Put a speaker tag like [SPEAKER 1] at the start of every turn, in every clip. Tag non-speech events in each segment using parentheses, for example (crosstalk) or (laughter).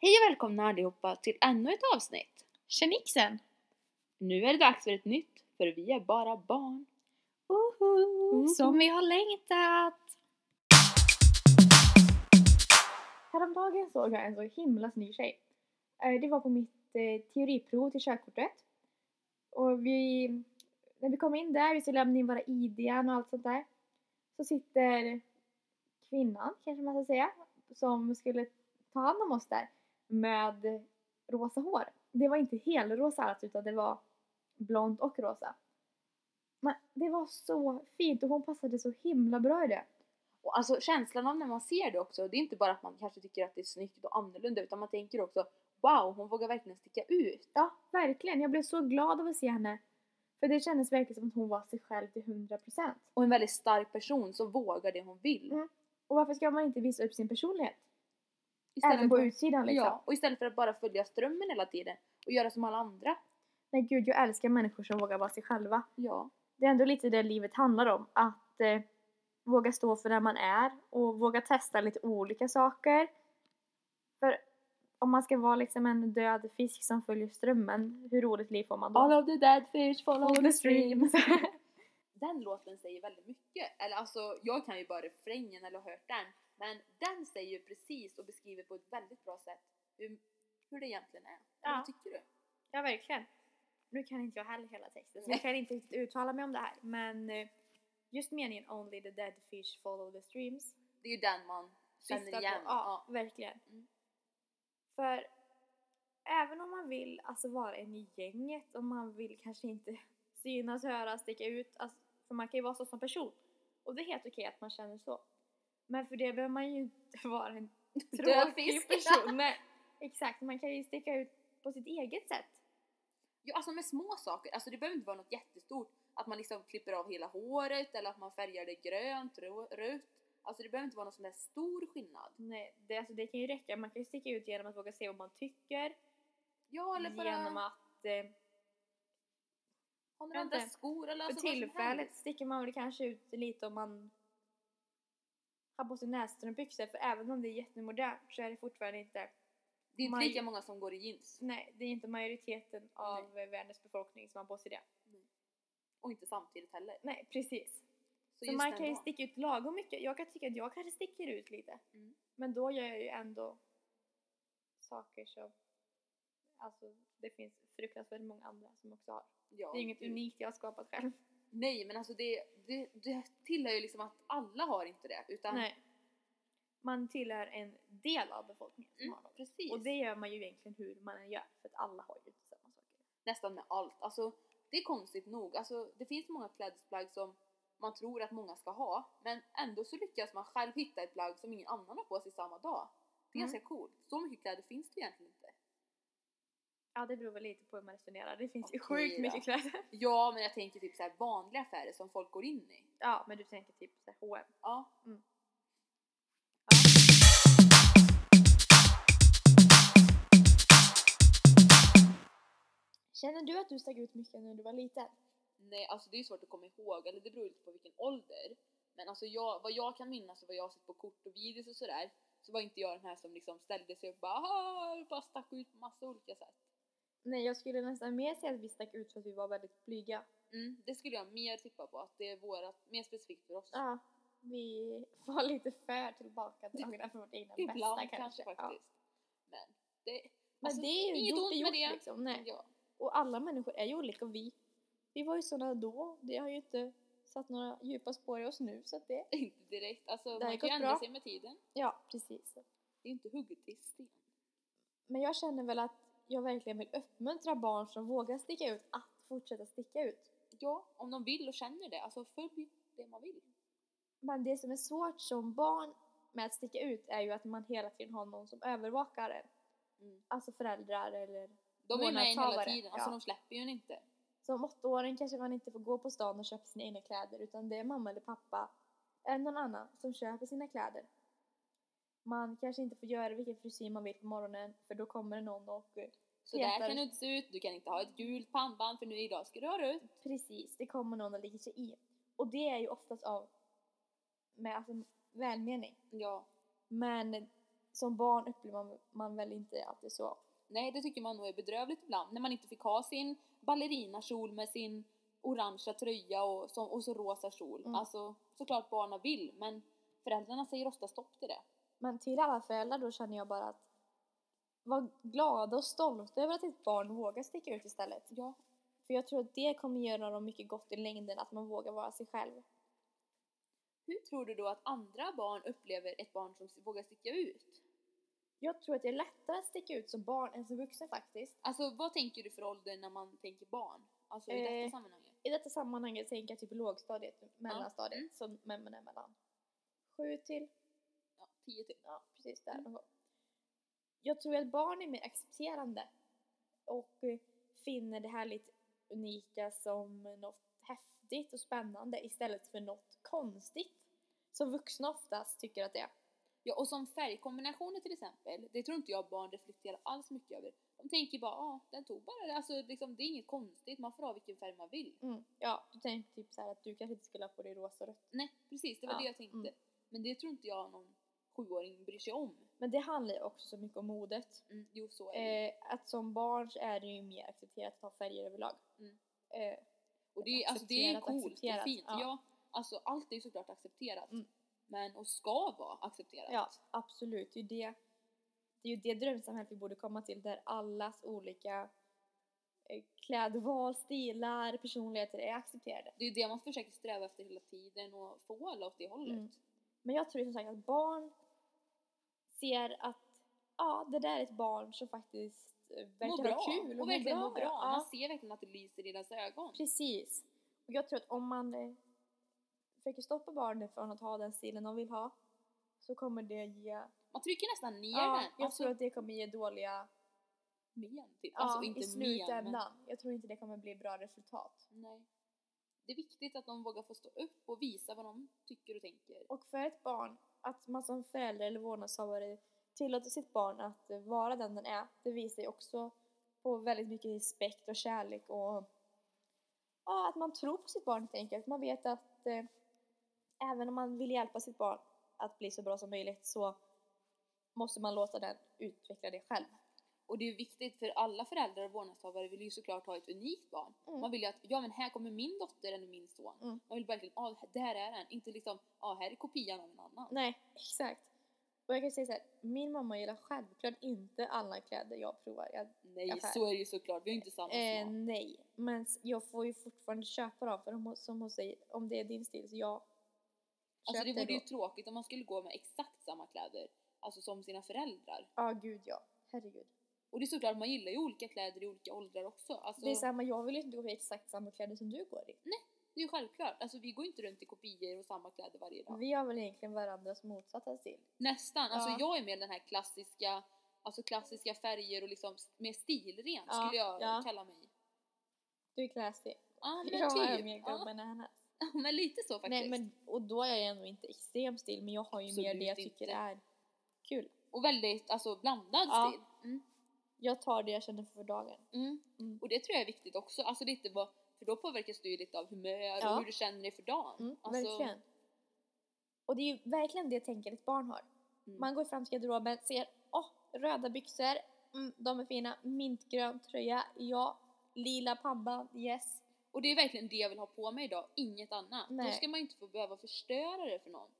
[SPEAKER 1] Hej och välkomna allihopa till ännu ett avsnitt!
[SPEAKER 2] Tjenixen!
[SPEAKER 1] Nu är det dags för ett nytt, för vi är bara barn.
[SPEAKER 2] Uhu,
[SPEAKER 1] som
[SPEAKER 2] Som vi har längtat!
[SPEAKER 3] Häromdagen såg jag en så himla snygg tjej. Eh, Det var på mitt eh, teoriprov till körkortet. Och vi, när vi kom in där, vi skulle lämna in våra IDn och allt sånt där. Så sitter kvinnan, kanske man ska säga, som skulle ta hand om oss där med rosa hår. Det var inte helrosa alls utan det var blont och rosa. Men det var så fint och hon passade så himla bra i det.
[SPEAKER 1] Och alltså känslan av när man ser det också, det är inte bara att man kanske tycker att det är snyggt och annorlunda utan man tänker också Wow, hon vågar verkligen sticka ut!
[SPEAKER 3] Ja, verkligen. Jag blev så glad av att se henne. För det kändes verkligen som att hon var sig själv till 100%.
[SPEAKER 1] Och en väldigt stark person som vågar det hon vill.
[SPEAKER 3] Mm. Och varför ska man inte visa upp sin personlighet? Även
[SPEAKER 1] Istället
[SPEAKER 3] på
[SPEAKER 1] för,
[SPEAKER 3] utsidan liksom.
[SPEAKER 1] ja, och istället för att bara följa strömmen hela tiden och göra som alla andra.
[SPEAKER 3] Nej gud, jag älskar människor som vågar vara sig själva.
[SPEAKER 1] Ja.
[SPEAKER 3] Det är ändå lite det livet handlar om. Att eh, våga stå för den man är och våga testa lite olika saker. För om man ska vara liksom en död fisk som följer strömmen, hur roligt liv får man då?
[SPEAKER 1] All of the dead fish follow
[SPEAKER 3] Follow
[SPEAKER 1] the
[SPEAKER 3] the
[SPEAKER 1] stream.
[SPEAKER 3] stream.
[SPEAKER 1] (laughs) den låten säger väldigt mycket. Eller alltså, jag kan ju bara refrängen eller har hört den. Men den säger ju precis och beskriver på ett väldigt bra sätt hur, hur det egentligen är.
[SPEAKER 3] Ja.
[SPEAKER 1] Vad tycker du?
[SPEAKER 3] Ja, verkligen. Nu kan inte jag heller hela texten, så jag kan inte riktigt uttala mig om det här. Men eh, just meningen Only the dead fish follow the streams.
[SPEAKER 1] Det är ju den man känner
[SPEAKER 3] syftar på-
[SPEAKER 1] igen.
[SPEAKER 3] Ja, verkligen.
[SPEAKER 1] Mm.
[SPEAKER 3] För även om man vill alltså vara en i gänget, om man vill kanske inte synas, höras, sticka ut, alltså, för man kan ju vara så som person. Och det är helt okej att man känner så. Men för det behöver man ju inte (laughs) vara en tråkig
[SPEAKER 1] fisk.
[SPEAKER 3] person. Nej, exakt, man kan ju sticka ut på sitt eget sätt.
[SPEAKER 1] Ja, alltså med små saker. Alltså det behöver inte vara något jättestort. Att man liksom klipper av hela håret eller att man färgar det grönt, rå- rött. Alltså det behöver inte vara någon sån där stor skillnad.
[SPEAKER 3] Nej, det, alltså det kan ju räcka. Man kan ju sticka ut genom att våga se vad man tycker.
[SPEAKER 1] Ja, eller bara
[SPEAKER 3] Genom att... Eh,
[SPEAKER 1] ha några
[SPEAKER 3] jag vet
[SPEAKER 1] andra
[SPEAKER 3] inte.
[SPEAKER 1] skor eller
[SPEAKER 3] för
[SPEAKER 1] alltså vad som
[SPEAKER 3] tillfället
[SPEAKER 1] helst.
[SPEAKER 3] sticker man väl kanske ut lite om man har på sig nässtrumpbyxor. För även om det är jättemodernt så är det fortfarande inte...
[SPEAKER 1] Det är inte
[SPEAKER 3] Man-
[SPEAKER 1] lika många som går i jeans.
[SPEAKER 3] Nej, det är inte majoriteten av eh, världens befolkning som har på sig det.
[SPEAKER 1] Och inte samtidigt heller.
[SPEAKER 3] Nej, precis.
[SPEAKER 1] Så,
[SPEAKER 3] Så,
[SPEAKER 1] just
[SPEAKER 3] man
[SPEAKER 1] den
[SPEAKER 3] kan ju
[SPEAKER 1] dagen.
[SPEAKER 3] sticka ut lagom mycket. Jag kan tycka att jag kanske sticker ut lite.
[SPEAKER 1] Mm.
[SPEAKER 3] Men då gör jag ju ändå saker som... Alltså, det finns fruktansvärt många andra som också har.
[SPEAKER 1] Ja,
[SPEAKER 3] Det är inget
[SPEAKER 1] gud.
[SPEAKER 3] unikt jag har skapat själv.
[SPEAKER 1] Nej men alltså det, det, det tillhör ju liksom att alla har inte det utan
[SPEAKER 3] Nej. Man tillhör en del av befolkningen som
[SPEAKER 1] Mm,
[SPEAKER 3] har dem.
[SPEAKER 1] precis.
[SPEAKER 3] Och det gör man ju egentligen hur man än gör, för att alla har ju inte samma saker.
[SPEAKER 1] Nästan med allt. Alltså det är konstigt nog. Alltså det finns många klädesplagg som man tror att många ska ha men ändå så lyckas man själv hitta ett plagg som ingen annan har på sig samma dag. Det är
[SPEAKER 3] Mm.
[SPEAKER 1] ganska coolt. Så mycket kläder finns det egentligen inte.
[SPEAKER 3] Ja, det beror väl lite på hur man resonerar. Det finns
[SPEAKER 1] Okej
[SPEAKER 3] ju sjukt
[SPEAKER 1] då.
[SPEAKER 3] mycket kläder.
[SPEAKER 1] Ja men jag tänker typ så här vanliga affärer som folk går in i.
[SPEAKER 3] Ja, men du tänker typ så här H&M.
[SPEAKER 1] Ja.
[SPEAKER 3] Mm.
[SPEAKER 1] Ja.
[SPEAKER 3] Känner du att du stack ut mycket när du var liten?
[SPEAKER 1] Nej, alltså det är svårt att komma ihåg, eller det beror lite på vilken ålder. Men alltså jag, vad jag kan minnas och vad jag har sett på kort och videos och sådär, så var inte jag den här som liksom ställde sig och bara, "Ah", bara stack ut på massa olika sätt.
[SPEAKER 3] Nej, jag skulle nästan mer säga att vi stack ut för att vi var väldigt blyga.
[SPEAKER 1] Mm, det skulle jag mer tippa på, att det är vårat, mer specifikt för oss.
[SPEAKER 3] Ja, vi var lite för tillbakadragna från vårt egna
[SPEAKER 1] Ibland
[SPEAKER 3] bästa
[SPEAKER 1] kanske,
[SPEAKER 3] kanske. Ja.
[SPEAKER 1] faktiskt. Men det,
[SPEAKER 3] Men
[SPEAKER 1] alltså,
[SPEAKER 3] det är ju
[SPEAKER 1] inget
[SPEAKER 3] gjort
[SPEAKER 1] ont
[SPEAKER 3] är
[SPEAKER 1] med
[SPEAKER 3] gjort
[SPEAKER 1] det.
[SPEAKER 3] liksom. Nej.
[SPEAKER 1] ja. (laughs)
[SPEAKER 3] Och alla människor är ju olika och vi, vi var ju sådana då. Det har ju inte satt några djupa spår i oss nu så att det...
[SPEAKER 1] Inte direkt, alltså
[SPEAKER 3] har
[SPEAKER 1] man
[SPEAKER 3] gått
[SPEAKER 1] kan ju ändra
[SPEAKER 3] bra.
[SPEAKER 1] sig med tiden.
[SPEAKER 3] Ja, precis.
[SPEAKER 1] Det är ju inte hugget i sten.
[SPEAKER 3] Men jag känner väl att jag verkligen vill uppmuntra barn som vågar sticka ut att fortsätta sticka ut.
[SPEAKER 1] Ja, om de vill och känner det, alltså följ det man vill.
[SPEAKER 3] Men det som är svårt som barn med att sticka ut är ju att man hela tiden har någon som övervakar en.
[SPEAKER 1] Mm.
[SPEAKER 3] Alltså föräldrar eller...
[SPEAKER 1] De är ju med en hela
[SPEAKER 3] Vårdnadshavare,
[SPEAKER 1] tiden, alltså
[SPEAKER 3] ja.
[SPEAKER 1] de släpper ju en inte.
[SPEAKER 3] Som åttaåring kanske man inte får gå på stan och köpa sina egna kläder utan det är mamma eller pappa eller någon annan som köper sina kläder. Man kanske inte får göra vilken frisyr man vill på morgonen för då kommer det någon och eh,
[SPEAKER 1] Så där
[SPEAKER 3] Petar.
[SPEAKER 1] kan du inte se ut, du kan inte ha ett gult pannband för nu idag ska du ha rött.
[SPEAKER 3] precis, det kommer någon och lägger sig i. Och det är ju oftast av med alltså, välmening.
[SPEAKER 1] Ja,
[SPEAKER 3] Men som barn upplever man, man väl inte alltid så.
[SPEAKER 1] Nej, det tycker man nog är bedrövligt ibland. När man inte fick ha sin ballerinakjol med sin orangea tröja och, som, och så rosa kjol.
[SPEAKER 3] Mm.
[SPEAKER 1] Alltså, såklart barnen vill, men föräldrarna säger ofta stopp till det.
[SPEAKER 3] Men till alla föräldrar då känner jag bara att var glada och stolta över att ditt barn vågar sticka ut istället.
[SPEAKER 1] Ja,
[SPEAKER 3] För jag tror att det kommer göra dem mycket gott i längden att man vågar vara sig själv.
[SPEAKER 1] Hur tror du då att andra barn upplever ett barn som vågar sticka ut?
[SPEAKER 3] Jag tror att det är lättare att sticka ut som barn än som vuxen faktiskt.
[SPEAKER 1] Alltså vad tänker du för ålder när man tänker barn? Alltså i
[SPEAKER 3] Eh.
[SPEAKER 1] detta sammanhanget?
[SPEAKER 3] I detta sammanhanget tänker jag typ lågstadiet, mellanstadiet,
[SPEAKER 1] Mm.
[SPEAKER 3] som männen är mellan. Sju till
[SPEAKER 1] Ja, 10 typ.
[SPEAKER 3] Ja, precis där någon gång. Jag tror att barn är mer accepterande och eh, finner det här lite unika som något häftigt och spännande istället för något konstigt. Som vuxna oftast tycker att det är.
[SPEAKER 1] Ja, och som färgkombinationer till exempel, det tror inte jag barn reflekterar alls mycket över. De tänker bara, ja, ah, den tog bara det. Alltså liksom, det är inget konstigt, man får ha vilken färg man vill.
[SPEAKER 3] Ja, du tänkte typ så här att du kanske inte skulle ha på dig rosa och rött.
[SPEAKER 1] Nej, precis, det var
[SPEAKER 3] Ja,
[SPEAKER 1] det jag tänkte.
[SPEAKER 3] mm.
[SPEAKER 1] Men det tror inte jag någon sjuåring bryr sig om.
[SPEAKER 3] Men det handlar ju också så mycket om modet.
[SPEAKER 1] Mm, jo, så är det.
[SPEAKER 3] Eh, att som barn så är det ju mer accepterat att ha färger överlag.
[SPEAKER 1] Mm.
[SPEAKER 3] Eh,
[SPEAKER 1] Och det är, alltså, det är
[SPEAKER 3] accepterat,
[SPEAKER 1] coolt och
[SPEAKER 3] accepterat,
[SPEAKER 1] fint. Ja.
[SPEAKER 3] ja.
[SPEAKER 1] alltså allt är ju såklart accepterat.
[SPEAKER 3] Mm.
[SPEAKER 1] Men, och ska vara accepterat.
[SPEAKER 3] Ja, absolut. Det är ju det, det, är ju det drömsamhället vi borde komma till där allas olika eh, klädval, stilar, personligheter är accepterade.
[SPEAKER 1] Det är ju det man försöker sträva efter hela tiden och få alla åt det hållet.
[SPEAKER 3] Mm. Men jag tror som sagt att barn ser att ja, det där är ett barn som faktiskt eh,
[SPEAKER 1] Mår
[SPEAKER 3] verkar
[SPEAKER 1] bra
[SPEAKER 3] ha kul
[SPEAKER 1] och verkligen mår bra. Man
[SPEAKER 3] Ja,
[SPEAKER 1] ser verkligen att det lyser i deras ögon.
[SPEAKER 3] precis. Och jag tror att om man eh, försöker stoppa barnen från att ha den stilen de vill ha så kommer det ge...
[SPEAKER 1] Man trycker nästan ner
[SPEAKER 3] Ja,
[SPEAKER 1] den.
[SPEAKER 3] jag
[SPEAKER 1] Alltså,
[SPEAKER 3] tror att det kommer ge dåliga
[SPEAKER 1] men typ.
[SPEAKER 3] Ja,
[SPEAKER 1] alltså inte
[SPEAKER 3] i
[SPEAKER 1] men-
[SPEAKER 3] slutändan. Jag tror inte det kommer bli bra resultat.
[SPEAKER 1] Nej. Det är viktigt att de vågar få stå upp och visa vad de tycker och tänker.
[SPEAKER 3] Och för ett barn, att man som förälder eller vårdnadshavare tillåter sitt barn att eh, vara den den är, det visar ju också på väldigt mycket respekt och kärlek och ja, att man tror på sitt barn helt enkelt. Man vet att eh, även om man vill hjälpa sitt barn att bli så bra som möjligt så måste man låta den utveckla det själv.
[SPEAKER 1] Och det är ju viktigt för alla föräldrar och vårdnadshavare vill ju såklart ha ett unikt barn.
[SPEAKER 3] Mm.
[SPEAKER 1] Man vill ju att, ja men här kommer min dotter eller min son.
[SPEAKER 3] Mm.
[SPEAKER 1] Man vill verkligen, ja där är den. Inte liksom, ja här är kopian av en annan.
[SPEAKER 3] Nej, exakt. Och jag kan säga så här, min mamma gillar självklart inte alla kläder jag provar. Jag
[SPEAKER 1] Nej,
[SPEAKER 3] Jag kan-
[SPEAKER 1] så är det ju såklart. Vi har ju inte samma
[SPEAKER 3] Eh,
[SPEAKER 1] smak.
[SPEAKER 3] nej, men s- jag får ju fortfarande köpa dem för hon- som hon säger, om det är din stil så jag
[SPEAKER 1] Alltså det
[SPEAKER 3] köp det
[SPEAKER 1] vore ju
[SPEAKER 3] då.
[SPEAKER 1] tråkigt om man skulle gå med exakt samma kläder. Alltså som sina föräldrar.
[SPEAKER 3] Ja, gud ja. Herregud.
[SPEAKER 1] Och det är såklart, man gillar ju olika kläder i olika åldrar också. Alltså,
[SPEAKER 3] Det är samma, jag vill ju inte gå i exakt samma kläder som du går i.
[SPEAKER 1] det är ju självklart. Alltså vi går ju inte runt i kopior och samma kläder varje dag.
[SPEAKER 3] Vi har väl egentligen varandras motsatta stil.
[SPEAKER 1] Nästan. Alltså
[SPEAKER 3] Ja.
[SPEAKER 1] jag är mer den här klassiska, alltså klassiska färger och liksom s- mer stilren
[SPEAKER 3] Ja,
[SPEAKER 1] skulle jag
[SPEAKER 3] ja.
[SPEAKER 1] kalla mig.
[SPEAKER 3] Du är classy.
[SPEAKER 1] Ja men
[SPEAKER 3] (laughs) jag är
[SPEAKER 1] typ.
[SPEAKER 3] mer
[SPEAKER 1] ja,
[SPEAKER 3] gumman än hennes.
[SPEAKER 1] (laughs) men lite så faktiskt.
[SPEAKER 3] Nej men, och då är jag ju ändå inte extrem stil men jag har ju mer det
[SPEAKER 1] Absolut
[SPEAKER 3] jag tycker
[SPEAKER 1] inte.
[SPEAKER 3] är kul.
[SPEAKER 1] Och väldigt alltså blandad
[SPEAKER 3] Ja.
[SPEAKER 1] stil. Mm.
[SPEAKER 3] Jag tar det jag känner för dagen.
[SPEAKER 1] Mm.
[SPEAKER 3] Mm.
[SPEAKER 1] Och det tror jag är viktigt också. Alltså lite vad, för då påverkas du ju lite av humör
[SPEAKER 3] Ja.
[SPEAKER 1] och hur du känner dig för dagen.
[SPEAKER 3] Mm,
[SPEAKER 1] alltså,
[SPEAKER 3] verkligen. Och det är ju verkligen det tänker ett barn har.
[SPEAKER 1] Mm.
[SPEAKER 3] Man går fram till garderoben, ser åh, röda byxor, mm, de är fina, mintgrön tröja, ja, lila pannband, yes.
[SPEAKER 1] Och det är verkligen det jag vill ha på mig idag, inget annat. Då
[SPEAKER 3] Nej.
[SPEAKER 1] ska man ju inte få behöva förstöra det för någon.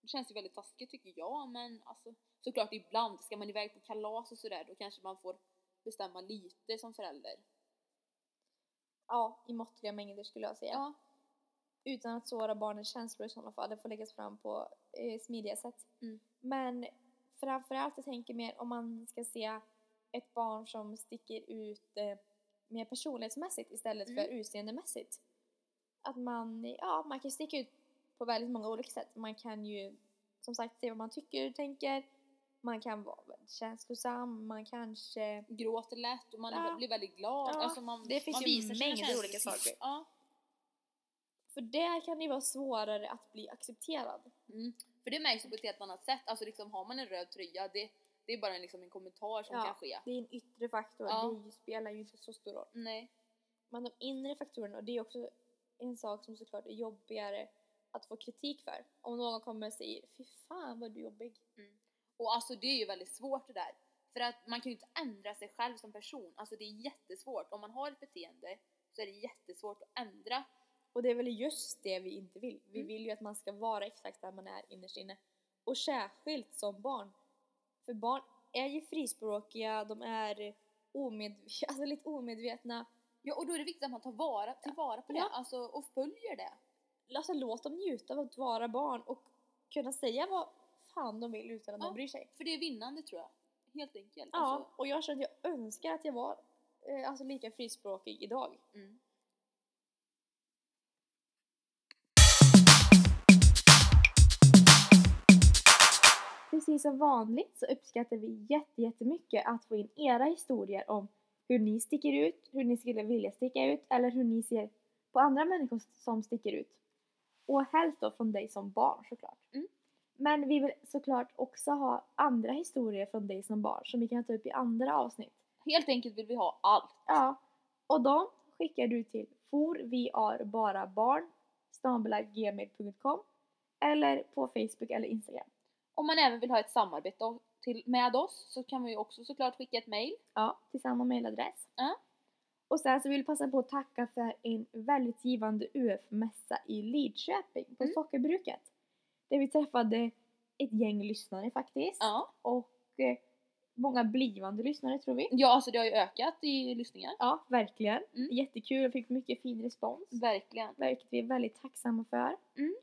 [SPEAKER 1] Det känns ju väldigt taskigt tycker jag men alltså såklart ibland ska man iväg på kalas och sådär då kanske man får bestämma lite som förälder.
[SPEAKER 3] Ja, i måttliga mängder skulle jag säga.
[SPEAKER 1] Ja.
[SPEAKER 3] Utan att såra barnens känslor i sådana fall, det får läggas fram på eh, smidiga sätt.
[SPEAKER 1] Mm.
[SPEAKER 3] Men framförallt jag tänker mer om man ska se ett barn som sticker ut eh, mer personlighetsmässigt istället
[SPEAKER 1] Mm.
[SPEAKER 3] för utseendemässigt. Att man, ja, man kan sticka ut på väldigt många olika sätt. Man kan ju som sagt se vad man tycker och tänker. Man kan vara väldigt känslosam, man kanske...
[SPEAKER 1] Gråter lätt och man
[SPEAKER 3] Ja.
[SPEAKER 1] blir väldigt glad.
[SPEAKER 3] Ja,
[SPEAKER 1] Alltså man,
[SPEAKER 3] det finns
[SPEAKER 1] man
[SPEAKER 3] ju
[SPEAKER 1] visar sina
[SPEAKER 3] mängder
[SPEAKER 1] känslor.
[SPEAKER 3] olika saker.
[SPEAKER 1] Ja.
[SPEAKER 3] För där kan det ju vara svårare att bli accepterad.
[SPEAKER 1] Mm. För det märks ju på ett helt annat sätt. Alltså liksom har man en röd tröja det, det är bara en, liksom en kommentar som
[SPEAKER 3] Ja.
[SPEAKER 1] kan ske.
[SPEAKER 3] Det är en yttre faktor,
[SPEAKER 1] Ja.
[SPEAKER 3] det spelar ju inte så stor roll.
[SPEAKER 1] Nej.
[SPEAKER 3] Men de inre faktorerna, och det är också en sak som såklart är jobbigare att få kritik för. Om någon kommer och säger “Fy fan vad du är jobbig”.
[SPEAKER 1] Och alltså det är ju väldigt svårt det där. För att man kan ju inte ändra sig själv som person. Alltså det är jättesvårt. Om man har ett beteende så är det jättesvårt att ändra.
[SPEAKER 4] Och det är väl just det vi inte vill. Vi
[SPEAKER 1] Mm.
[SPEAKER 4] vill ju att man ska vara exakt där man är innerst inne. Och särskilt som barn. För barn är ju frispråkiga, de är omed... (laughs) alltså lite omedvetna.
[SPEAKER 1] Ja, och då är det viktigt att man tar vara, tillvara på det.
[SPEAKER 4] Ja.
[SPEAKER 1] Alltså, och följer det.
[SPEAKER 4] Alltså låt dem njuta av att vara barn och kunna säga vad fan de vill utan att
[SPEAKER 1] Ja.
[SPEAKER 4] de bryr sig.
[SPEAKER 1] För det är vinnande tror jag. Helt enkelt.
[SPEAKER 4] Ja,
[SPEAKER 1] Alltså,
[SPEAKER 4] och jag känner att jag önskar att jag var eh, alltså lika frispråkig idag.
[SPEAKER 1] mm.
[SPEAKER 3] Precis som vanligt så uppskattar vi jätte- jättemycket att få in era historier om hur ni sticker ut, hur ni skulle vilja sticka ut eller hur ni ser på andra människor som sticker ut. Och helst då från dig som barn såklart.
[SPEAKER 1] Mm.
[SPEAKER 3] Men vi vill såklart också ha andra historier från dig som barn som vi kan ta upp i andra avsnitt.
[SPEAKER 1] Helt enkelt vill vi ha allt.
[SPEAKER 3] Ja, och de skickar du till forviarbarabarn.gmail.com eller på Facebook eller Instagram.
[SPEAKER 1] Om man även vill ha ett samarbete o- till, med oss så kan vi ju också såklart skicka ett mejl.
[SPEAKER 3] Ja, till samma mailadress.
[SPEAKER 1] Ja.
[SPEAKER 3] Och sen så vill jag passa på att tacka för en väldigt givande UF-mässa i Lidköping på
[SPEAKER 1] Mm.
[SPEAKER 3] Sockerbruket. Där vi träffade ett gäng lyssnare faktiskt.
[SPEAKER 1] Ja.
[SPEAKER 3] Och eh, många blivande lyssnare tror vi.
[SPEAKER 1] ja, alltså det har ju ökat i lyssningar.
[SPEAKER 3] Ja, verkligen.
[SPEAKER 1] Mm.
[SPEAKER 3] Jättekul och fick mycket fin respons.
[SPEAKER 1] Verkligen.
[SPEAKER 3] Vilket vi är väldigt tacksamma för.
[SPEAKER 1] Mm.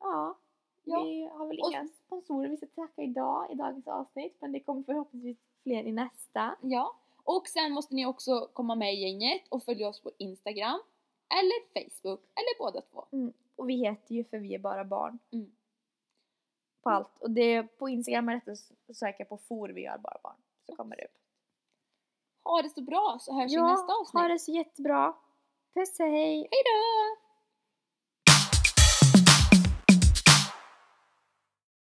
[SPEAKER 3] Ja,
[SPEAKER 1] Ja.
[SPEAKER 3] vi har väl
[SPEAKER 1] Och-
[SPEAKER 3] inga sponsorer vi ska tacka idag i dagens avsnitt. Men det kommer förhoppningsvis fler i nästa.
[SPEAKER 1] Ja. Och sen måste ni också komma med i gänget och följa oss på Instagram eller Facebook eller båda två.
[SPEAKER 3] Och vi heter ju för vi är bara barn.
[SPEAKER 1] Mm.
[SPEAKER 3] På allt. Och det, på Instagram är det att söka på for vi är bara barn. Så kommer det upp.
[SPEAKER 1] Ha det så bra så hörs vi i nästa avsnitt.
[SPEAKER 3] ha det så jättebra. Puss och hej!
[SPEAKER 1] Hej då!